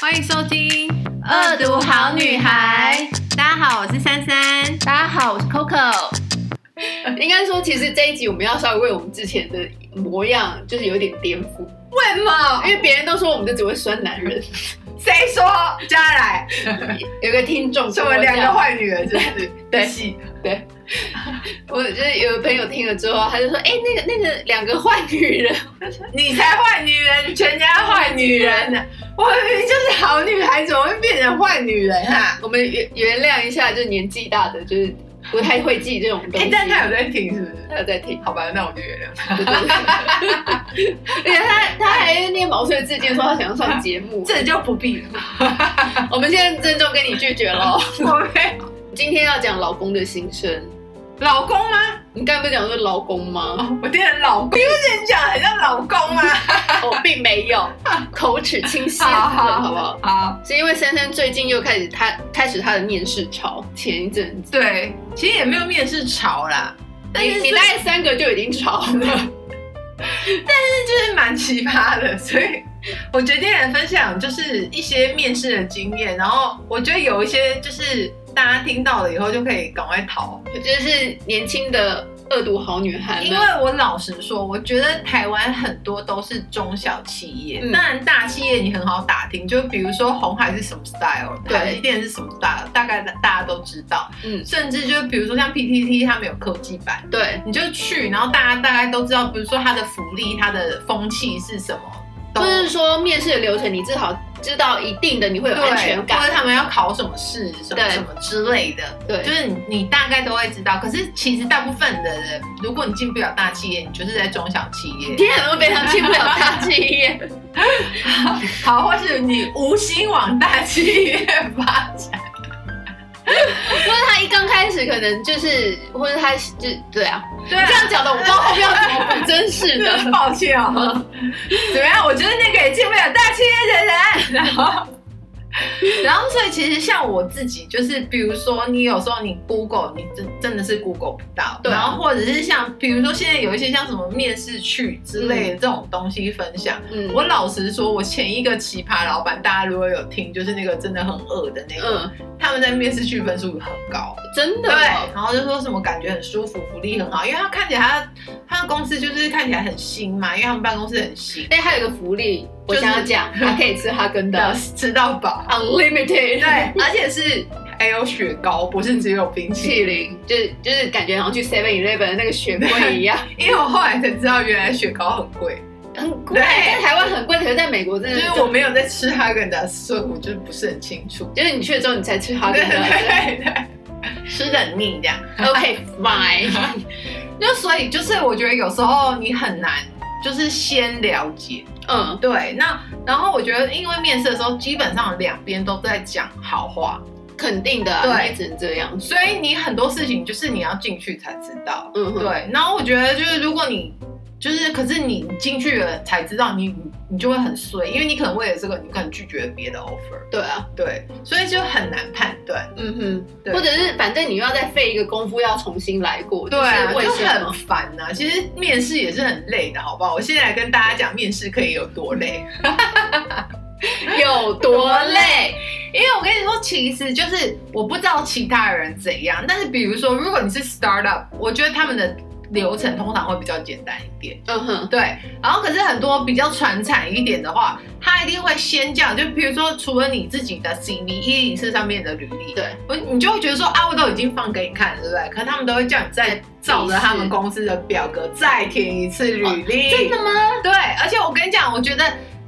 欢迎收听《恶毒好女孩》。大家好，我是珊珊。大家好，我是 Coco。应该说，其实这一集我们要稍微为我们之前的模样，就是有点颠覆，为什么？因为别人都说我们就只会酸 男人，谁说？加来，有个听众是跟我我们两个讲，坏女人，是不是？ 对一起对，我就是有个朋友听了之后，他就说：“哎、那个那个两个坏女人， 你才坏女人，全家坏女人呢、我明明就是好女孩，怎么会变成坏女人啊？我们原原谅一下，就是年纪大的，就是不太会记这种东哎、西。但他有在听，是不是？他有在听，好吧，那我就原谅他。对对对而且他他还捏毛遂自荐说他想要上节 目，这就不必了，哦我们现在郑重跟你拒绝喽。我没今天要讲老公的心声，老公吗？你刚才不是讲说老公吗？哦我听成老公，你不是你讲很像老公吗？ 我并没 有，口齿清晰，好不好？好，是因为珊珊最近又开始她开始她的面试潮，前一阵子，对，其实也没有面试潮啦，但你是你就大概三个就已经 潮了，就是蛮奇葩的，所以我决定来分享就是一些面试的经验，然后我觉得有一些就是大家听到了以后就可以赶快逃，我觉得是年轻的恶毒好女孩们，因为我老实说，我觉得台湾很多都是中小企业，嗯当然大企业你很好打听，就比如说红海是什么 style，对台积电是什么 style，大概大家都知道，嗯，甚至就比如说像 PTT 他们有科技版。对，你就去，然后大家大概都知道，比如说它的福利、它的风气是什么，都就是说面试的流程，你至少知道一定的，你会有对安全或者感。他们要考什么试、什么对什么之类的，对就是你你大概都会知道。可是其实大部分的人，如果你进不了大企业，你就是在中小企业， 天啊，我非常进不了大企业， 好，或是你无心往大企业发展。因为他一刚开始可能就是，或者他就对啊，对啊这样讲的，我不知道后面要怎么补，真是 的。抱歉哦，怎么样？我觉得那个也进不了大企业的人，然后。 然后，所以其实像我自己，就是比如说，你有时候你 Google，你真真的是 Google 不到，对然后或者是像，比如说现在有一些像什么面试去之类的这种东西分享。嗯，我老实说，我前一个奇葩老板，大家如果有听，就是那个真的很恶的那个，嗯，他们在面试去分数很高，真的对哦，，然后就说什么感觉很舒服，福利很好，因为他看起来他他的公司就是看起来很新嘛，因为他们办公室很新，哎，还有一个福利，我就是想要讲，还可以吃哈根的 达斯吃到饱，对 unlimited，，而且是还有雪糕，不是只有冰淇气淋，灵，就是就是感觉好像去 Seven Eleven 的那个雪柜一样，因为我后来才知道原来雪糕 很贵，很贵，对在台湾很贵，可是在美国真就的是我没有在吃哈根达斯，所以我就不是很清楚，就是你去了之后你才吃哈对根达斯对对，吃的很腻这样。 ，OK fine，就所以就是我觉得有时候你很难，就是先了解。嗯，对，那然后我觉得，因为面试的时候，基本上两边都在讲好话，肯定的啊，对你也只能这样，所以你很多事情就是你要进去才知道。嗯哼，对，然后我觉得就是如果你就是，可是你进去了才知道你，你就会很衰，因为你可能为了这个，你可能拒绝别的 offer。对啊，对，所以就很难判断。嗯哼，对或者是反正你又要再费一个功夫，要重新来过，对啊，就是就为什很 么？烦呐、其实面试也是很累的，好不好？我现在来跟大家讲面试可以有多累。有多累？因为我跟你说，其实就是我不知道其他人怎样，但是比如说，如果你是 startup，我觉得他们的流程通常会比较简单一点。嗯哼，对，然后可是很多比较传产一点的话，他一定会先讲，就比如说除了你自己的 CV 一零四上面的履历，对，我你就会觉得说啊，我都已经放给你看了，对不对？可是他们都会叫你再照着他们公司的表格再填一次履历，真的吗？对，而且我跟你讲，我觉得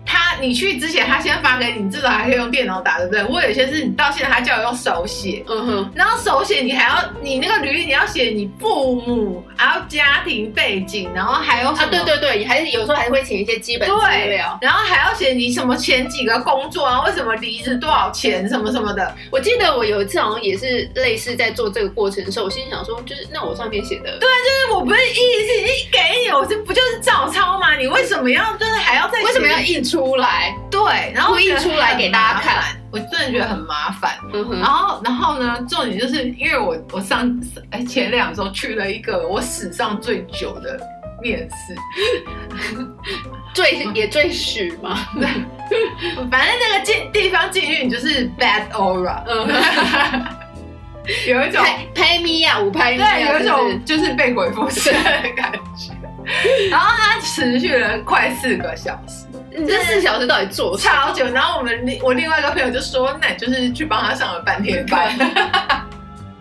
他你去之前，他先发给你，至少还可以用电脑打，对不对？我有些是你到现在他叫我用手写，嗯哼，然后手写你还要你那个履历你要写你父母，还有家庭背景，然后还有什啊，么？对对对，还是有时候还是会填一些基本资对料。然后还要写你什么前几个工作，然后为什么离职多少钱什么什么的，我记得我有一次好像也是类似在做这个过程的时候，我心里想说，就是那我上面写的，对，但是我不是一直一给你，我这不就是照抄吗？你为什么要就是还要再写为什么要印出来？对，然后我故意觉得出来很给大家麻看烦，我真的觉得很麻烦。嗯然哼，后，然后呢？重点就是因为我我上哎前两周去了一个我史上最久的面试，最也最屎嘛，反正那个进地方进去，你就是 bad aura，嗯，有一种拍拍咪呀，我拍咪对，呀，有一就是种就是被鬼附身的感 觉。然后它持续了快四个小时，你这四小时到底做嗯啥？超久。然后我们另我另外一个朋友就说，那你就是去帮他上了半天班， 要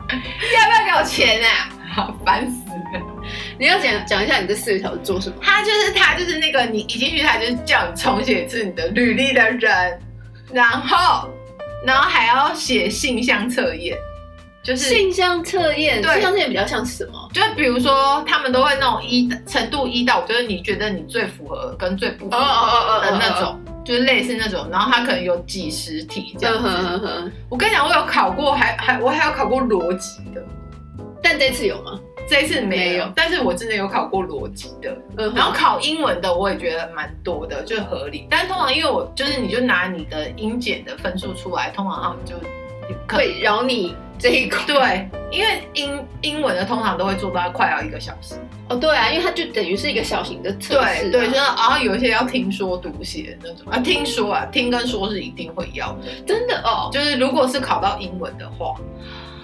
不要给我钱啊？好烦死了。你要讲讲一下你这四个小时做什么？他就是他就是那个你一进去，他就是叫你重写一次你的履历的人，然后然后还要写信箱测验，就是信箱测验，对信箱测验比较像什么？就比如说，他们都会那种一程度一到五，就是你觉得你最符合跟最不符合哦的那，种，就是类似那种。然后它可能有几十题这样嗯子。哼哼哼，我跟你讲，我有考过，还还我还有考过逻辑的，但这次有吗？这一次没没有有，但是我真的有考过逻辑的。嗯哼然后考英文的我也觉得蛮多的，就合理。但通常因为我就是你就拿你的英检的分数出来，通常他们就可以会饶你这一口。对，因为英英文的通常都会做到快要一个小时。哦，对啊，因为它就等于是一个小型的测试对啊。对，就是然后有一些要听说读写那种啊，听说啊，听跟说是一定会要的。真的哦。就是如果是考到英文的话，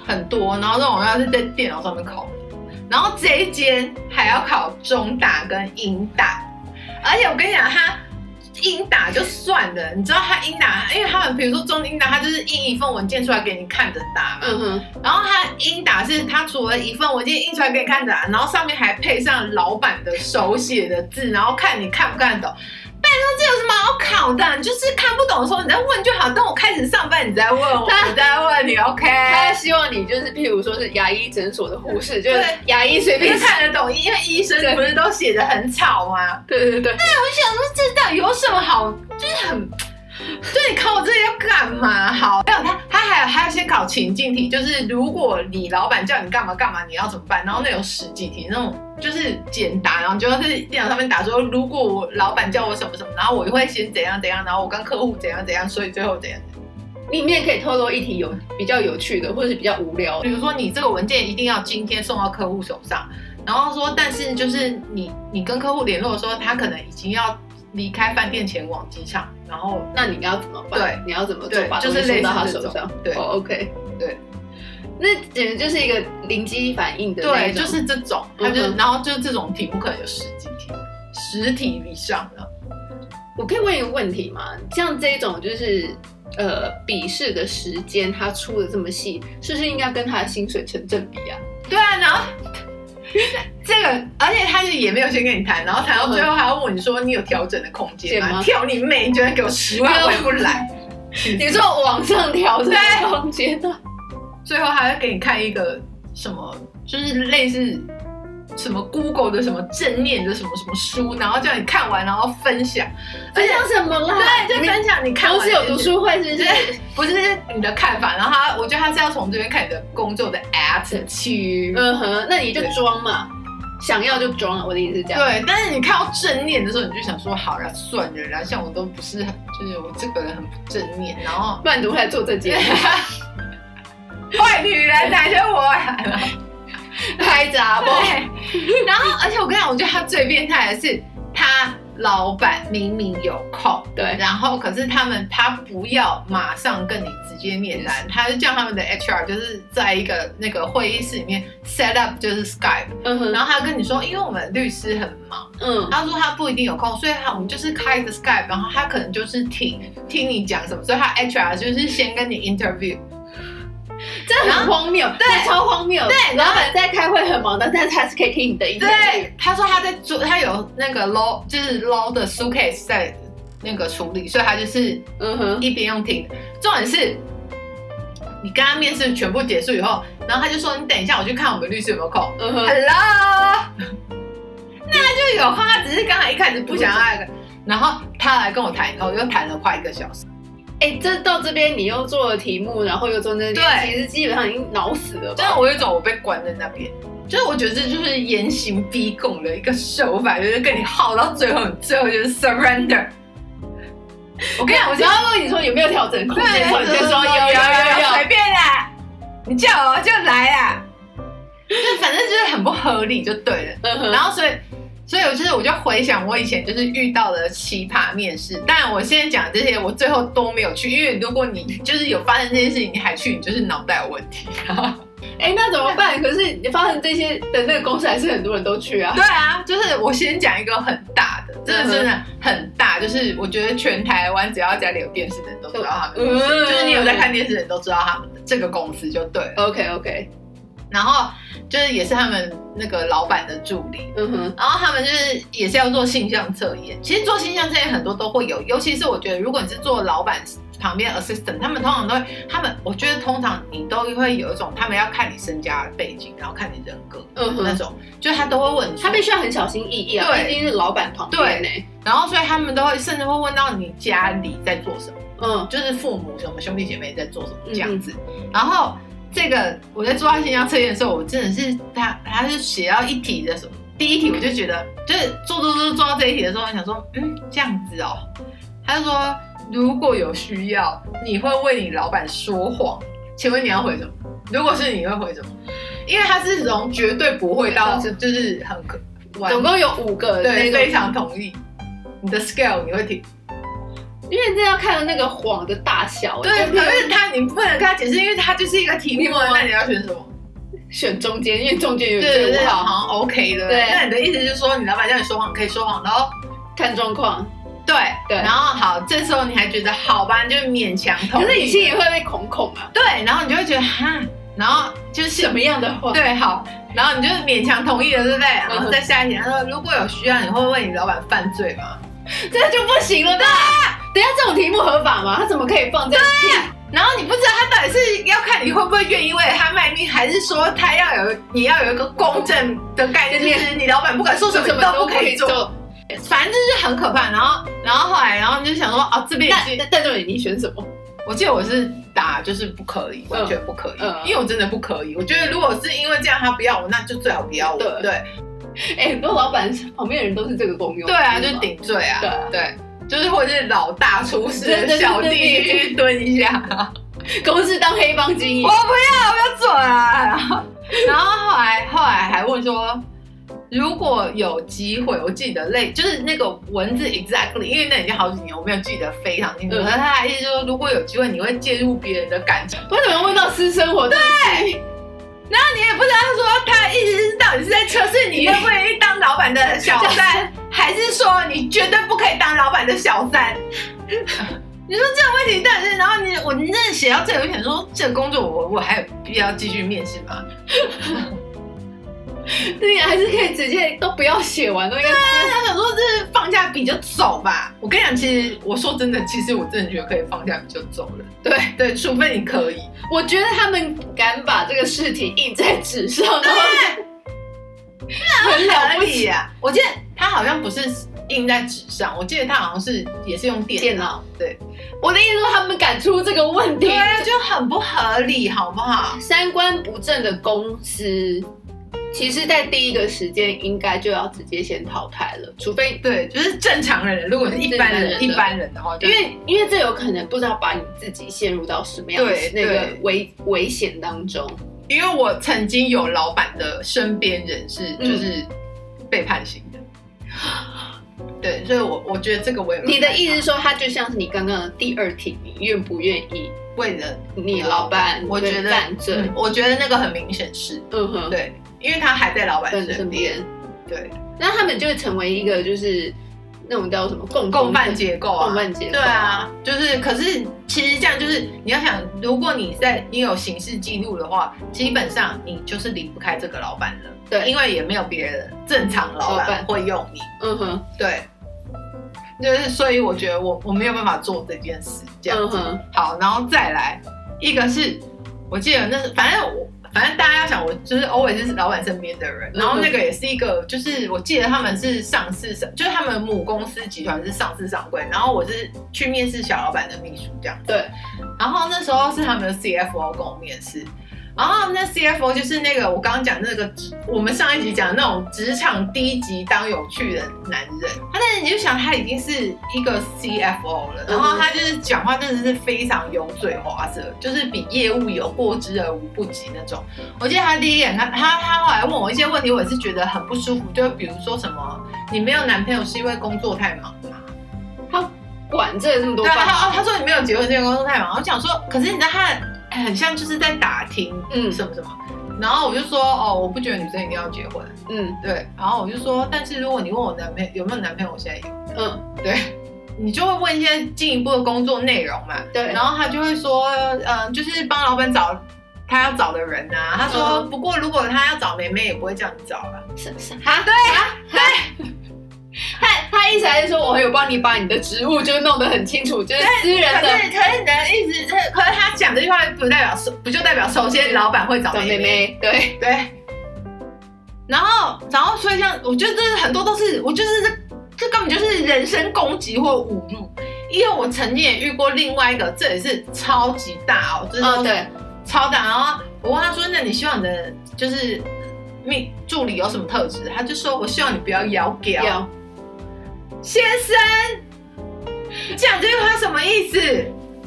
很多，然后这种要是在电脑上面考的，然后这一间还要考中大跟英大，而且我跟你讲，他英打就算了，你知道他英打，因为他们比如说中英打，他就是印一份文件出来给你看着打嘛，嗯哼，然后他英打是他除了一份文件印出来给你看着啊，然后上面还配上老板的手写的字，然后看你看不看得懂。拜托，这有什么好考的？你就是看不懂的时候你再问就好。等我开始上班，你再问我，他我再问你，OK？他希望你就是，譬如说是牙医诊所的护士，就是对牙医随你便是。看得懂，因为医生对不是都写的很草吗？对对对，我想说，这到底有什么好？就是很，就你考我这些要干嘛？好，还有他，他还有还有先考情境题，就是如果你老板叫你干嘛干嘛，你要怎么办？然后那有十几题那种。就是简答，然后你就在电脑上面打说，如果我老板叫我什么什么，然后我就会先怎样怎样，然后我跟客户怎样怎样，所以最后怎样。里面可以透露一题有比较有趣的，或者是比较无聊的。比如说你这个文件一定要今天送到客户手上，然后说，但是就是你你跟客户联络的时候，他可能已经要离开饭店前往机场，然后那你要怎么办？对，你要怎么做对？把就是东西送到他类似这手上。对哦，OK，对，那简直就是一个灵机反应的那对，种就是这种，他就、嗯哼然后就是这种题目可能有十几题，十题以上的。我可以问一个问题吗？像这种就是呃笔试的时间，他出的这么细，是不是应该跟他的薪水成正比 啊？对啊，然后 这个，而且他就也没有先跟你谈，然后谈到最后还要问你说你有调整的空间见吗？嗯 吗啊跳你妹！你居然给我十万，我也不来。你说往上调整对空间呢？最后还会给你看一个什么，就是类似什么 Google 的什么正念的什么什么书，然后叫你看完然后分享，分享什么啦？对，就分享你看公完司有读，书会是不是？不是你的看法，然后他我觉得他是要从这边看你的工作的 attitude，、嗯哼，那你就装嘛，想要就装啊了。我的意思是这样。对，但是你看到正念的时候，你就想说好了算了啦，像我都不是很，就是我这个人很不正念，然后不然你怎么会来做这件？ 坏女人哪像我呀？ 拍杂包。对，然后而且我跟你讲，我觉得他最变态的是，他老板明明有空， 对然后可是他们他不要马上跟你直接面谈，他就叫他们的 HR 就是在一个那个会议室里面 set up 就是 Skype，嗯哼，然后他跟你说，因为我们律师很忙，嗯，他说他不一定有空，所以他我们就是开着 Skype，然后他可能就是听听你讲什么，所以他 HR 就是先跟你 interview，这很荒谬，对这超荒谬。对然老后板在开会很忙的，但是他是可以听你的意见。对，他说他在做，他有那个 low 就是 low 的 suitcase 在那个处理，所以他就是嗯哼，一边用听。重点是，你跟他面试全部结束以后，然后他就说你等一下，我去看我们律师有没有空。嗯 Hello，哼，那他就有空，他只是刚才一开始不想要那个，然后他来跟我谈以后，又谈了快一个小时。哎，这到这边你又做了题目，然后又做那对边，其实基本上已经脑死了真的，吧？我有一种我被关在那边。就是我觉得这就是严刑逼供的一个手法，就是跟你耗到最后，你最后就是 surrender。我跟你讲，我我只觉得要问你说有没有调整空对，间，或者就说有有有有随有，便啦，你叫我就来啦，就反正就是很不合理就对了。嗯哼，然后所以所以我就是我就回想我以前就是遇到的奇葩面试，但我现在讲这些我最后都没有去，因为如果你就是有发生这件事情你还去，你就是脑袋有问 题。哎、那怎么办？可是你发生这些的那个公司，还是很多人都去啊。对啊，就是我先讲一个很大的，真嗯哼的真的很大，就是我觉得全台湾只要家里有电视的人都知道他们的嗯公司，就是你有在看电视的人都知道他们的这个公司就对了。 OK OK，然后就是也是他们那个老板的助理，嗯哼，然后他们就是也是要做性向测验。其实做性向测验很多都会有，尤其是我觉得如果你是做老板旁边 assistant，他们通常都会，他们我觉得通常你都会有一种他们要看你身家背景，然后看你人格、嗯那哼，种，就是他都会问出他必须要很小心翼翼啊，对毕竟是老板旁边呢。然后所以他们都会甚至会问到你家里在做什么，嗯就是父母什么兄弟姐妹在做什么嗯这样子。然后这个我在做到形象测验的时候，我真的是他他是写到一题的时候，第一题我就觉得就是做做做做到这一题的时候，我想说嗯这样子哦，他就说如果有需要，你会为你老板说谎，请问你要回什么？如果是你会回什么？因为他是从绝对不会到对哦就是很可完总共有五个那对，个，非常同意。你的 scale 你会听，因为这要看那个谎的大小。对，就可是他你不能跟他解释，因为他就是一个题目啊题，目啊那你要选什么？选中间，因为中间有对最对不对，好好，像 OK 的。对那你的意思就是说，你老板叫你说谎，可以说谎的哦。看状况。对对然后好，这时候你还觉得好吧，你就勉强同可意。是你心里会被恐恐啊，对，然后你就会觉得哈，然后就是什么样的话？对好，然后你就勉强同意了，对不对？然嗯后哼再下一题，他说如果有需要，你会为你老板犯罪吗？这就不行了吧？啊等一下这种题目合法吗？他怎么可以放这样？然后你不知道他到底是要看你会不会愿意为他卖命，还是说他要有你要有一个公正的概念，就是你老板啊不管说什么你都不可以做，做。反正就是很可怕。然后，然后后来，然后你就想说，哦，这边那已经，那但重点你选什么？我记得我是打就是不可以，完全不可以，嗯嗯因为我真的不可以。我觉得如果是因为这样他不要我，那就最好不要我。对对哎，很多老板旁边的人都是这个功用。对啊，你就知道吗顶罪啊，对啊对，就是或者是老大出对事，对对小弟对对去蹲一下。公司当黑帮之一我。不要，我要做啊！然后，然后后来后来还问说，如果有机会，我记得类就是那个文字 exactly，因为那已经好几年，我没有记得非常清楚。嗯可是他的意思就是说，如果有机会，你会介入别人的感情，为什么要问到私生活？对，啊然后你也不知道他说他的意思是到底是在测试你愿不愿意当老板的小三，还是说你绝对不可以当老板的小三。你说这个问题到底是，然后你我你真的写到这里，我想说这个工作我我还有必要继续面试吗？对啊呀，还是可以直接都不要写完，都应该直他想说，这放假笔就走吧。我跟你讲，其实我说真的，其实我真的觉得可以放假笔就走了。对对，除非你可以。接。我觉得他们敢把这个事题印在纸上，然后 很了不起。啊！我记得他好像不是印在纸上，我记得他好像是也是用电电脑。脑，对我的意思说他们敢出这个问题对，，啊，就很不合理，好不好？三观不正的公司，其实在第一个时间应该就要直接先淘汰了，除非对，就是正常人，如果是一般人，正常人一般人的话，因为因为这有可能不知道把你自己陷入到什么样的对那个对危危险当中。因为我曾经有老板的身边人是嗯就是被判刑的，对，所以我我觉得这个我也蛮你的害意思怕是说，它就像是你刚刚的第二题，你愿不愿意为了你老板我觉得犯罪？嗯我觉得那个很明显是嗯哼，对，因为他还在老板本身身边，边，对，那他们就会成为一个就是那种叫什么共共犯结构啊，共犯结构对啊，就是可是其实这样就是你要想，如果你在你有刑事记录的话，基本上你就是离不开这个老板了，对因为也没有别人正常老老板板会用你，嗯哼，对。就是，所以我觉得我我没有办法做这件事，这样嗯子。哼，好，然后再来一个是，我记得那是反正我反正大家要想，我就是 always 是老板身边的人，然后那个也是一个，就是我记得他们是上市上，就是他们母公司集团是上市上柜，然后我是去面试小老板的秘书这样，对，然后那时候是他们的 CFO 跟我面试，然后哦那 CFO 就是那个我刚刚讲的那个职，我们上一集讲的那种职场低级当有趣的男人，他但是你就想他已经是一个 CFO 了，然后他就是讲话真的是非常油嘴滑舌，就是比业务有过之而无不及那种。我记得他第一眼，他他他后来问我一些问题，我也是觉得很不舒服，就比如说什么你没有男朋友是因为工作太忙吗？管这这么多对啊，饭，他他说你没有结婚，这个工作太忙。我想说，可是你知道他很很像就是在打听，嗯嗯，什么什么。然后我就说，哦，我不觉得女生一定要结婚，嗯对。然后我就说，但是如果你问我男朋友有没有男朋友，我现在有，嗯，你就会问一些进一步的工作内容嘛。对，然后他就会说，嗯，就是帮老板找他要找的人啊。他说，嗯不过如果他要找妹妹，也不会叫你找了。是是哈，对啊，对。 他他意思还是说，我有帮你把你的职务就是弄得很清楚，就是私可人的是可是你的意思，可是他讲这句话不代表，不就代表首先老板会找找妹妹妹，对，对。然后，然后，所以像我觉得这很多都是，我就是这这根本就是人身攻击或侮辱。因为我曾经也遇过另外一个，这也是超级大哦，就是嗯对，超大。然后我问他说：“那你希望你的就是命助理有什么特质？”他就说：“我希望你不要摇屌。有，”先生，你讲这句话什么意思？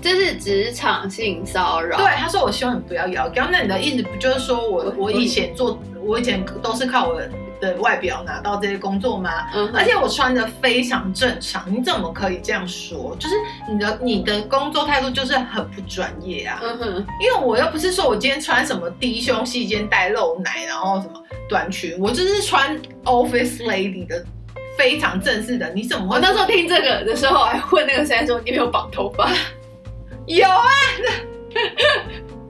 这是职场性骚扰，对，他说我希望你不要摇高。那你的意思不就是说我我我以前做，我以前都是靠我的外表拿到这些工作吗？嗯而哼，且我穿的非常正常，你怎么可以这样说？就是你的你的工作态度就是很不专业啊！嗯哼，因为我又不是说我今天穿什么低胸细肩带露奶，然后什么短裙，我就是穿 office lady 的非常正式的，你怎么我会哦那时候听这个的时候，还问那个谁说你有没有绑头发，有啊，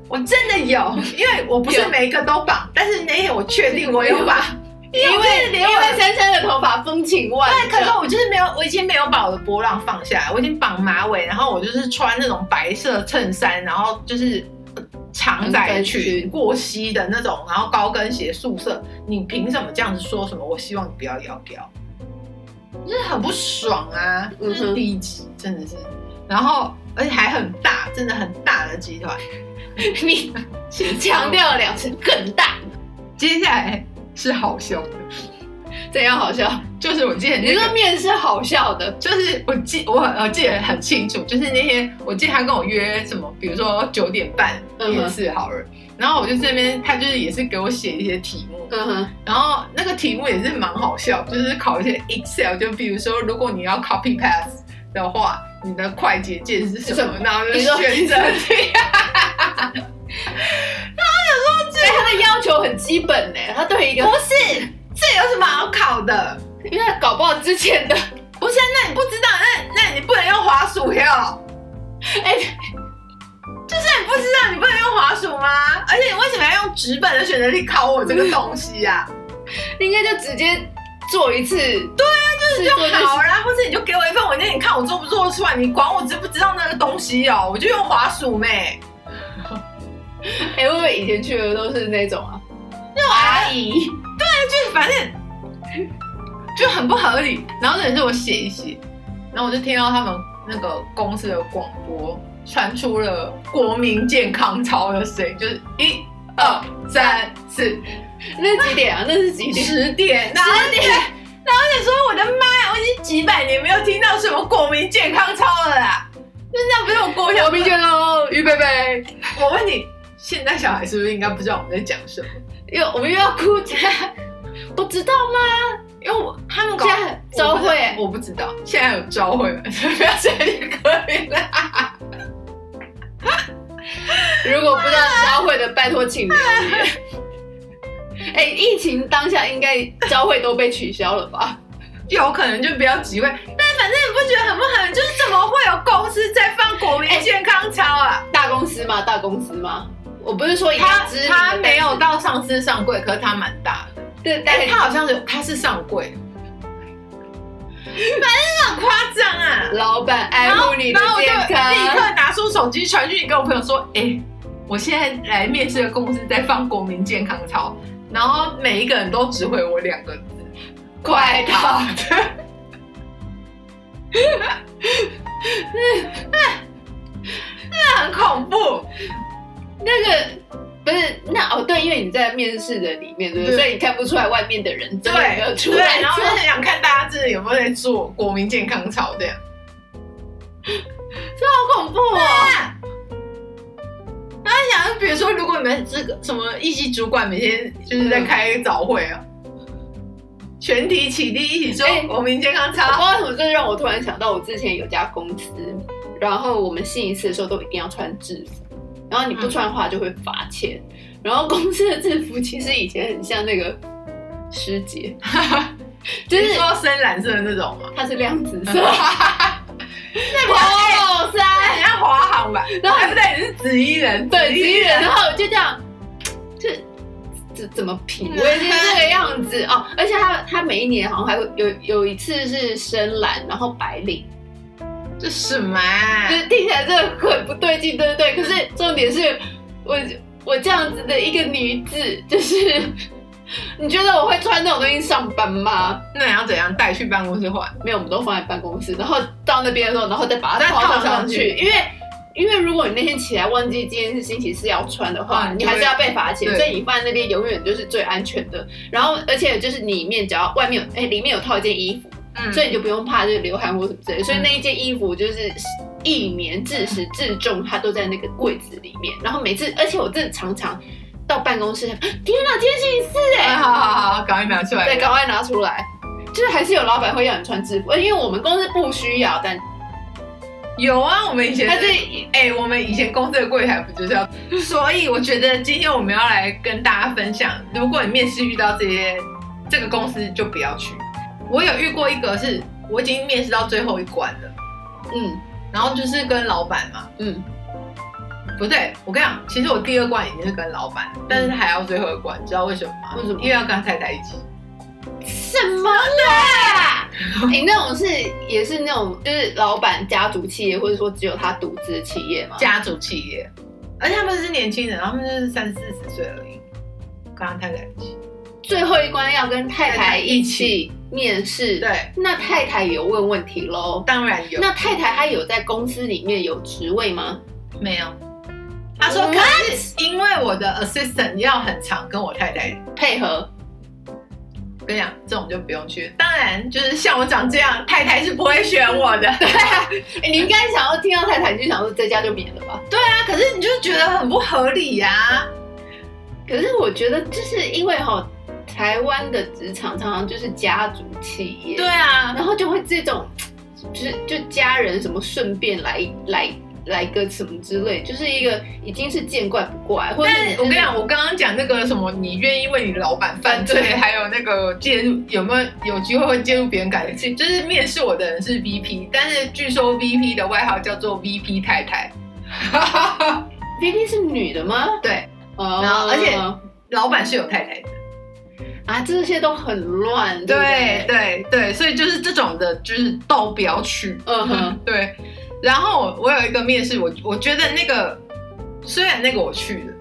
我真的 有，因为我不是有每一个都绑，但是那天我确定我有 绑，因因为我因连我为珊珊的头发风情万对，可是种，我就是没有，我已经没有把我的波浪放下来，我已经绑马尾，然后我就是穿那种白色衬衫，然后就是呃长长仔仔裙裙、过膝的那种，然后高跟鞋、素色，你凭什么这样子说什么？我希望你不要摇标，就是很不爽啊！嗯嗯哼就是第一集真的是，然后而且还很大，真的很大的集团。你强调了两次更大，接下来是好笑的，怎样好笑？就是我记得那个你说面试好笑的，就是我记我很我记得很清楚，就是那天我记得他跟我约什么，比如说九点半嗯哼面试好了，然后我就这边他就是也是给我写一些题目，嗯哼，然后那个题目也是蛮好笑，就是考一些 Excel，就比如说如果你要 copy paste 的话，你的快捷键是什么？什么然后就你说选择题，所以他的要求很基本呢，他对一个不是这有什么好考的？因为他搞不好之前 的，不啊是，那你不知道，那那你不能用滑鼠哟。哎，那你不知道你不能用滑鼠吗？而且你为什么要用纸本的选择题考我这个东西呀、应该就直接做一次，对啊，就是啊？好啦，或者你就给我一份文件，你看我做不做得出来，你管我知不知道那个东西哦、我就用滑鼠妹。哎，会不会以前去的都是那种啊？那阿姨，就是反正就很不合理。然后也是我写一写，然后我就听到他们那个公司的广播传出了国民健康操的声音，就是一二三四 那几点啊？那是几点？十点，然后点对然后你说我的妈呀，我已经几百年没有听到什么国民健康操了啦，就是那不是我国小 我明天喽，预备备。我问你，现在小孩是不是应该不知道我们在讲什么？因为我们又要哭家，不知道吗？因为我他们搞现在招会欸我不知道，现在有招会吗？所以不要随便可怜了。如果不知道招会的，拜托请留言。 哎、疫情当下应该招会都被取消了吧？有可能就不要集会，但反正你不觉得很不很，就是怎么会有公司在放国民健康操啊？大公司吗？大公司吗？我不是说一定哎他要知名的他没有，到上市上柜，可是他蛮大的。对，但但是他好像有他是上柜，反正很夸张啊。老板爱然后护你的然后我就健立刻康，拿出手机传讯跟我朋友说：“哎、我现在来面试的公司在放国民健康操，然后每一个人都只回我两个字：快逃！那很恐怖。那个不是哦面试的里面，对不对对？所以你看不出来外面的人真的有没有对出来对， 然后我做就很想看大家真的有没有在做国民健康操这样，这好恐怖哦！然后想，就比如说，如果你们这个什么一级主管每天就是在开早会啊，全体起立一起做哎国民健康我不知操，道为什么，这让我突然想到，我之前有家公司，然后我们信一次的时候都一定要穿制服，然后你不穿的话就会罚钱。然后公司的制服其实以前很像那个师姐， 就你是说深蓝色的那种嘛，，它是亮紫色哇塞，很像哎华航 吧？然然后后还不对，你是紫衣人，对，职人，然后我就这样，这这怎么品味就是这个样子哦？而且他他每一年好像还会有有一次是深蓝，然后白领。这什么啊？就是听起来真的很不对劲，对不对？可是重点是我我这样子的一个女子，就是 你觉得我会穿那种东西上班吗？那你要怎样带去办公室换？没有，我们都放在办公室，然后到那边的时候，然后再把它再套套上上去去，因为。因为如果你那天起来忘记今天是星期四要穿的话，啊你还是要被罚钱，对所以你放在那边永远就是最安全的。然后，而且就是里面只要外面有，哎、里面有套一件衣服，嗯所以你就不用怕就是流汗或什么之类的。所以那一件衣服就是一年嗯至始至终，它都在那个柜子里面。然后每次，而且我真的常常到办公室，天 哪，今天星期四欸哎，好好好，赶快拿出来。对，赶快拿出来。就是还是有老板会要你穿制服，呃因为我们公司不需要，但有啊，我们以前但是哎、我们以前公司的柜台不就是要？所以我觉得今天我们要来跟大家分享，如果你面试遇到这些，这个公司就不要去。我有遇过一个是，我已经面试到最后一关了，嗯然后就是跟老板嘛，嗯，不对，我跟你讲，其实我第二关已经是跟老板，但是还要最后一关，你知道为什么吗？为什么因为要跟他太太一起。什么啦？ 你、那种是也是那种就是老板家族企业，或者说只有他独资的企业吗？家族企业，而且他们是年轻人，他们就是三四十岁而已，跟他太太一起。最后一关要跟太太太太一一起起面试，对，那太太有问问题喽。当然有。那太太她有在公司里面有职位吗？没有，他说 What？可是因为我的 assistant 要很常跟我太太。配合跟你讲，这种就不用去。当然，就是像我长这样，太太是不会选我的。对啊，欸你应该想要听到太太，你就想说这家就免了吧。可是你就觉得很不合理呀、可是我觉得，就是因为哈、台湾的职场常常就是家族企业，对，啊，然后就会这种，就是就家人什么顺便来来来个什么之类，就是一个已经是见怪不怪。或者但你我跟你就是讲，我刚刚讲那个什么，你愿意为你老板犯罪，还有那个介入有没有有机会会介入别人感情，就是面试我的人是 VP，但是据说 VP 的外号叫做 VP 太太。 B B 是女的吗？对，哦然后而且老板是有太太的。啊，这些都很乱，对不对对，对对，所以就是这种的，就是都不要去。嗯哼，对，然后我有一个面试，我我觉得那个虽然那个我去了，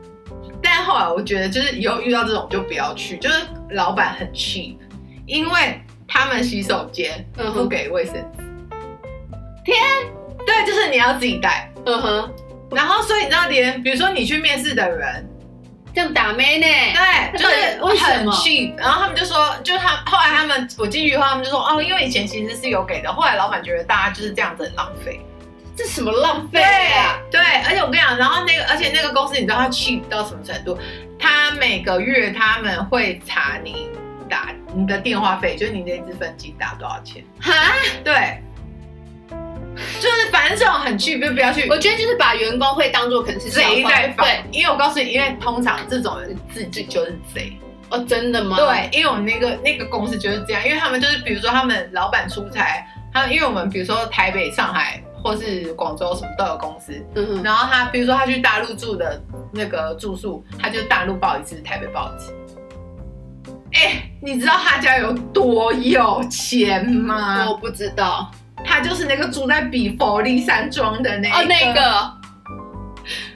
但后来我觉得就是以后遇到这种就不要去，就是老板很 cheap，因为他们洗手间嗯不哼给卫生纸，天，对，就是你要自己带。嗯哼，然后所以你知道连比如说你去面试的人，这样打妹呢？对，就是为什很么 cheap。然后他们就说，就他后来他们我进去以后，他们就说哦，因为以前其实是有给的，后来老板觉得大家就是这样子很浪费。这什么浪费啊！对，而且我跟你讲，然后那个，而且那个公司，你知道它 cheap 到什么程度？他每个月他们会查你打你的电话费，就是你那支分机打多少钱。哈，对，就是反正这种很 cheap 就不要去我觉得就是把员工会当做可能是消贼化在放对，。因为我告诉你，因为通常这种人自己就是贼。哦，真的吗？，对，因为我们那个那个公司就是这样，因为他们就是比如说他们老板出差，他因为我们比如说台北、上海或是广州什么都有公司。嗯哼，然后他比如说他去大陆住的那个住宿，他就大陆报一次，台北报一次。哎、你知道他家有多有钱吗？嗯我不知道哦他就是那个住在比佛利山庄的那一哦，那个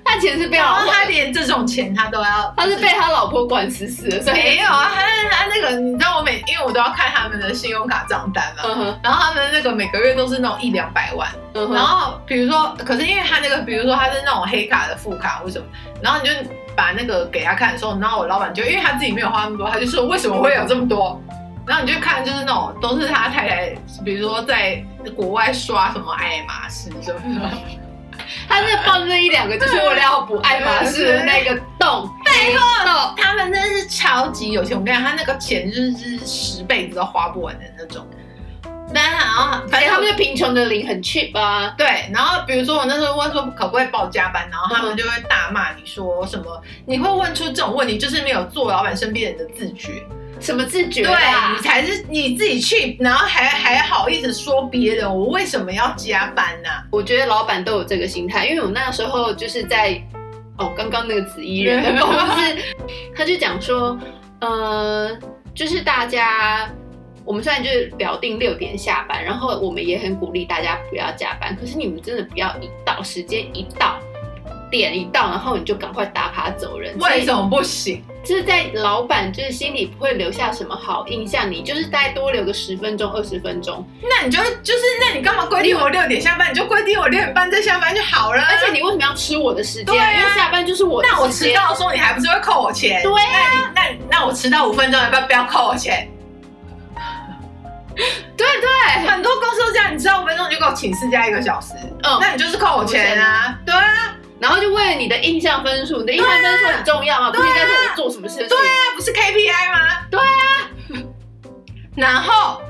他钱是被然老后婆，他连这种钱他都要，他是被他老婆管死死的，所以没有啊，他他那个，你知道我每因为我都要看他们的信用卡账单嘛，嗯哼，然后他们那个每个月都是那种一两百万，嗯然哼，后比如说，可是因为他那个，比如说他是那种黑卡的副卡或什么，然后你就把那个给他看的时候，然后我老板就因为他自己没有花那么多，他就说为什么会有这么多？然后你就看就是那种都是他太太，比如说在国外刷什么爱马仕什么 的，他那放那一两个就是为了要补爱马仕的那个洞，没错，他们真的是超级有钱。我跟你讲，他那个钱就是十辈子都花不完的那种。但然后反反正他正哎他们们就的贫穷的零很 cheap 啊，对，然后比如说我那时候问说可不可以报加班，然后嗯他们就会大骂你说什么，你会问出这种问题，就是没有做老板身边人的自觉，什么自觉对啊你？才是你自己去，然后还还好意思说别人，我为什么要加班啊呢、我觉得老板都有这个心态，因为我那时候就是在哦，刚刚那个紫衣人的公司，他就讲说， 呃，就是大家。我们虽然就是表定六点下班，然后我们也很鼓励大家不要加班，可是你们真的不要一到时间一到点一到，然后你就赶快打卡走人。为什么不行？就是在老板就是心里不会留下什么好印象，你就是再多留个十分钟、二十分钟，那你就就是那你干嘛规定我六点下班？你就规定我六点半再下班就好了。而且你为什么要吃我的时间？啊对啊因为下班就是我的时那间。我迟到的时候你还不是会扣我钱？对啊，那你那那我迟到五分钟，要不要不要扣我钱？对对，很多公司都这样，你迟到五分钟你就给我请事假一个小时，嗯那你就是哦扣我钱啊，对啊，然后就为了你的印象分数，你的印象分数很重要啊，不对啊是应该说我做什么事情？对啊，不是 KPI 吗？对啊， 然后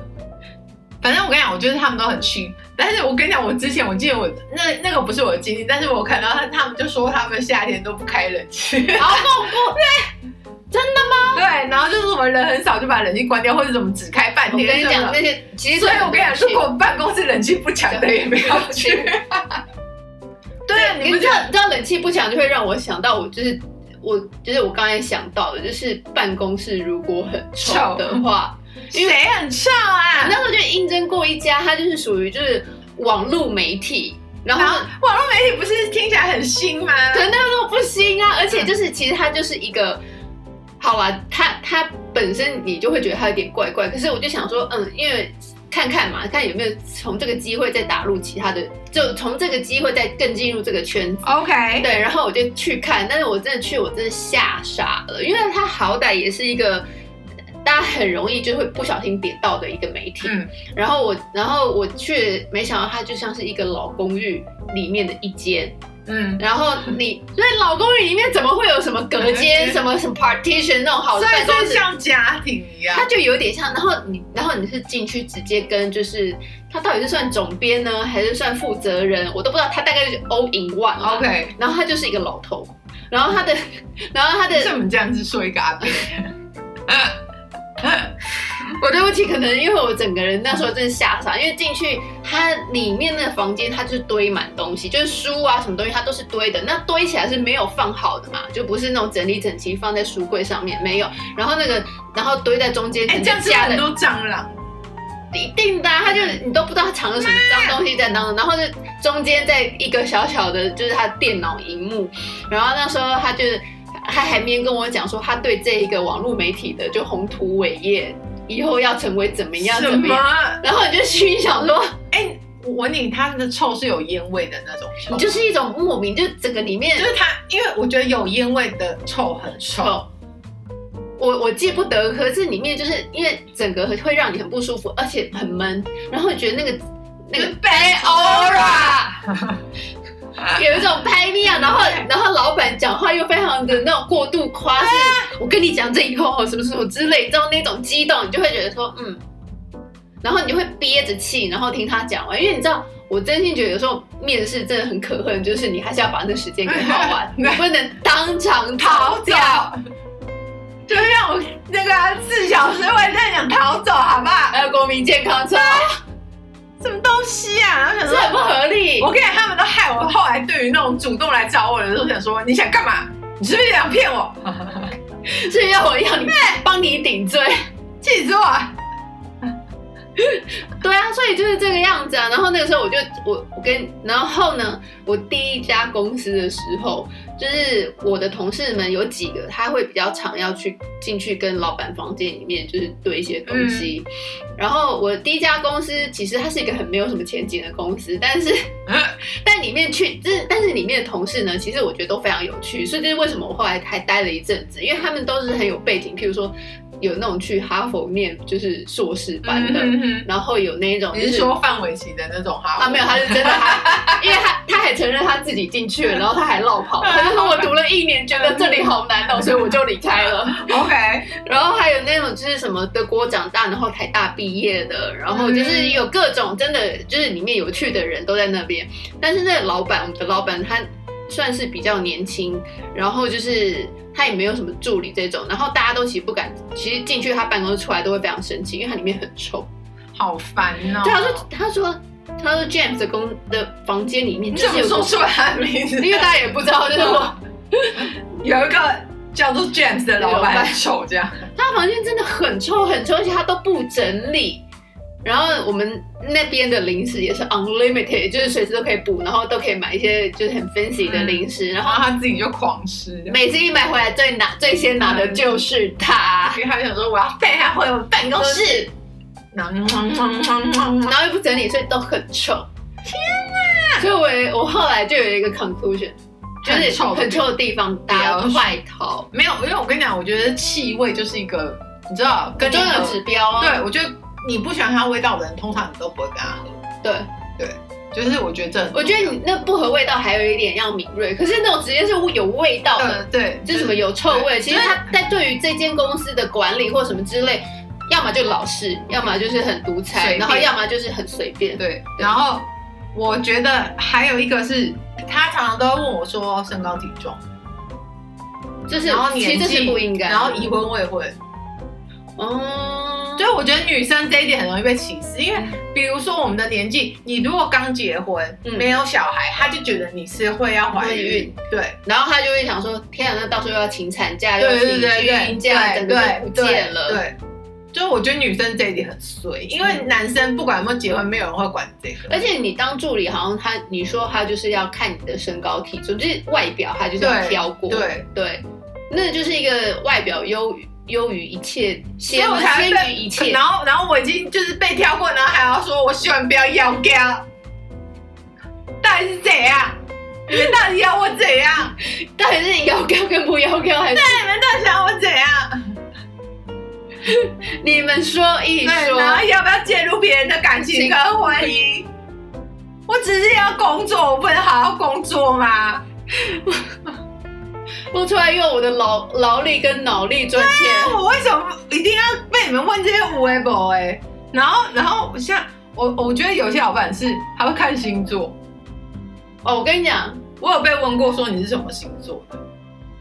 反正我跟你讲，我觉得他们都很虚，但是我跟你讲，我之前我记得我那那个不是我的经历，但是我看到他他们就说他们夏天都不开冷气，好恐怖！ 对，然后就是我们人很少就把冷气关掉，或者怎么只开半我天，跟你什么讲的那些，其实所以我跟你讲，是如果办公室冷气不强的也不要去。 对啊，你你不们知觉道得？，你知道冷气不强就会让我想到我就是。我就是我刚才想到的，就是办公室如果很臭的嗯话，谁很臭啊我？那时候就应征过一家，它就是属于就是网络媒体，然然后后网络媒体不是听起来很新吗？可能那个时 候不行啊，而且就是其实它就是一个，好啦，它它本身你就会觉得它有点怪怪，可是我就想说，嗯，因为看看嘛，看有没有从这个机会再打入其他的，就从这个机会再更进入这个圈子。 OK，对，然后我就去看，但是我真的去，我真的吓傻了，因为它好歹也是一个大家很容易就会不小心点到的一个媒体。嗯然后我，然后我去，没想到它就像是一个老公寓里面的一间，嗯，然后你所以老公寓里面怎么会有什么隔间、什么什么 partition 那种好所的办公以是室？像家庭一样它。就有点像，然后你，然后你是进去直接跟就是他到底是算总编呢，还是算负责人，我都不知道。他大概就是 all in one 啦 OK，然后他就是一个老头，然后他的，然后他的为，什么这样子说一个阿 伯？我对不起，可能因为我整个人那时候真的吓傻，因为进去它里面那个房间，它就是堆满东西，就是书啊什么东西，它都是堆的。那堆起来是没有放好的嘛，就不是那种整理整齐放在书柜上面，没有。然后那个，然后堆在中间，哎，这样是不是架很的多蟑螂。一定的、啊，它就是你都不知道它藏了什么脏东西在当中，然后就中间在一个小小的，就是他电脑荧幕，然后那时候他就是他还边跟我讲说，他对这一个网络媒体的就宏图伟业，以后要成为怎么样什怎么么样，？然后你就心里想说，哎，我闻你它的臭是有烟味的那种臭你，就是一种莫名，就整个里面就是它，因为我觉得有烟味的臭很臭。哦我我记不得，可是里面就是因为整个会让你很不舒服，而且很闷，然后觉得那个那个 bad aura，有一种拍面啊，然后然后老板讲话又非常的那种过度夸饰，啊我跟你讲这以后哦什么什么之类，这种那种激动，你就会觉得说嗯，然后你就会憋着气，然后听他讲哎完，因为你知道。我真心觉得有时候面试真的很可恨，就是你还是要把那时间给耗 完，你不能当场逃逃走掉。，就让我那个啊四小时我也在想逃走，好不好？还有国民健康操，什么东西啊？然后这想很不说，合理。我跟你讲，他们都害我。后来对于那种主动来找我的时候，想说你想干嘛？你是不是想骗我？是要我要你帮你顶罪，气死我！了！对啊，所以就是这个样子啊。然后那个时候我就我我跟然后呢，我第一家公司的时候，就是我的同事们有几个他会比较常要去进去跟老板房间里面就是对一些东西。然后我第一家公司其实它是一个很没有什么前景的公司，但是但里面去就是但是里面的同事呢，其实我觉得都非常有趣。所以就是为什么我后来还待了一阵子，因为他们都是很有背景，譬如说。有那种去哈佛念就是硕士班的，嗯哼然后有那种、哼你就是说范玮琪的那种哈？啊没有，他是真的还，因为他他还承认他自己进去了，然后他还落 跑，他就说我读了一年，觉得这里好难哦，所以我就离开 了。 OK，然后还有那种就是什么德国长大，然后台大毕业的，然后就是有各种真的就是里面有趣的人都在那边。但是那个老板，我们的老板他算是比较年轻，然后就是他也没有什么助理这种，然后大家都其实不敢，其实进去他办公室出来都会非常生气，因为他里面很臭。好烦哦。对，他说他说他说 James 的公的房间里面你就怎么是有说个，出来他的名字？ 因为大家也不知道，就是我有一个叫做 James 的老板很丑这样，他房间真的很臭很臭，而且他都不整理。然后我们那边的零食也是 unlimited，就是随时都可以补，然后都可以买一些就是很 fancy 的零食。然然后后他自己就狂吃，因每次一买回来最拿最先拿的就是它，为他想说我要带他回我办公都室，嗯是，然后嗯嗯嗯嗯嗯然后又不整理，所以都很臭。天哪！所以我也我后来就有一个 conclusion，就是很臭很臭的地方大家快逃，没有，因为我跟你讲，我觉得气味就是一个，你知道，跟很你重要合的指标啊。对，我觉得你不喜欢它味道的人，通常你都不会跟他喝。对。就是我觉得这很重要，我觉得你那不合味道还有一点要敏锐，可是那种直接是有味道的，嗯对，就是什么有臭味，对其实他在对于这间公司的管理或什么之类，要么就老实，要么就是很独随裁，便然后要么就是很随便。对。然后我觉得还有一个是，他常常都会问我说身高体重，就是然后其实年这是纪不应该。然后已婚未婚，哦，所以我觉得女生这一点很容易被歧视，因为比如说我们的年纪，你如果刚结婚、嗯没有小孩，他就觉得你是会要怀会孕孕，对。然后他就会想说，天啊，那到时候要请产假，要对请对对育对婴假，对整个就不见了。嗯对，就是我觉得女生这一点很衰，因为男生不管有没有结婚，没有人会管这个。而且你当助理，好像他你说他就是要看你的身高体重，就是外表，他就是要对挑过。对，对，那就是一个外表优于优于一切，所以先我才会先于被一切然。后然后我已经就是被挑过，然后还要说我希望不要要干，到底是怎样？你们到底要我怎样？到底是要高跟不要高，还是哎你们到底想要我怎样？你们说一对，然后说？要不要介入别人的感情跟婚姻？我只是要工作，我不能好好工作吗？我出来用我的劳劳力跟脑力赚钱。我为什么一定要被你们问这些无为博哎？然后，然后像我，我觉得有些老板是他会看星座。哦，我跟你讲，我有被问过说你是什么星座的，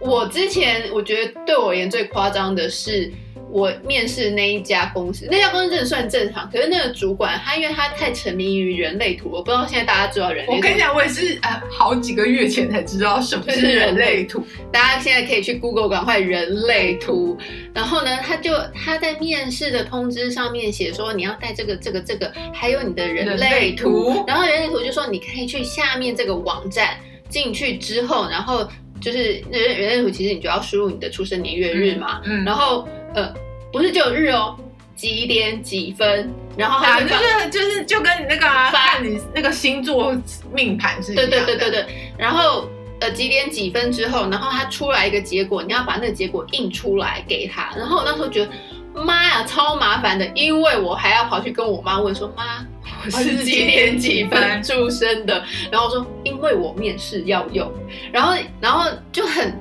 我之前我觉得对我而言最夸张的是，我面试那一家公司，那家公司真的算正常，可是那个主管他因为他太沉迷于人类图，我不知道现在大家知道人类我图跟你，讲，我也是呃好几个月前才知道什么是人类图。大家现在可以去 Google 赶快人类图，然后呢，他就他在面试的通知上面写说你要带这个这个这个，还有你的人类图，人类图然后人类图就说你可以去下面这个网站进去之后，然后就是人人类图其实你就要输入你的出生年月日嘛，嗯然后呃不是只有日哦，几点几分，然后啊，还有就一个是就是就跟你那个、啊、发看你那个星座命盘是一对样的对对对对，然后呃几点几分之后，然后他出来一个结果，你要把那个结果印出来给他。然后我那时候觉得，妈呀，超麻烦的，因为我还要跑去跟我妈问说，妈，我是几点几分出生的？然后我说，因为我面试要用，然后然后就很，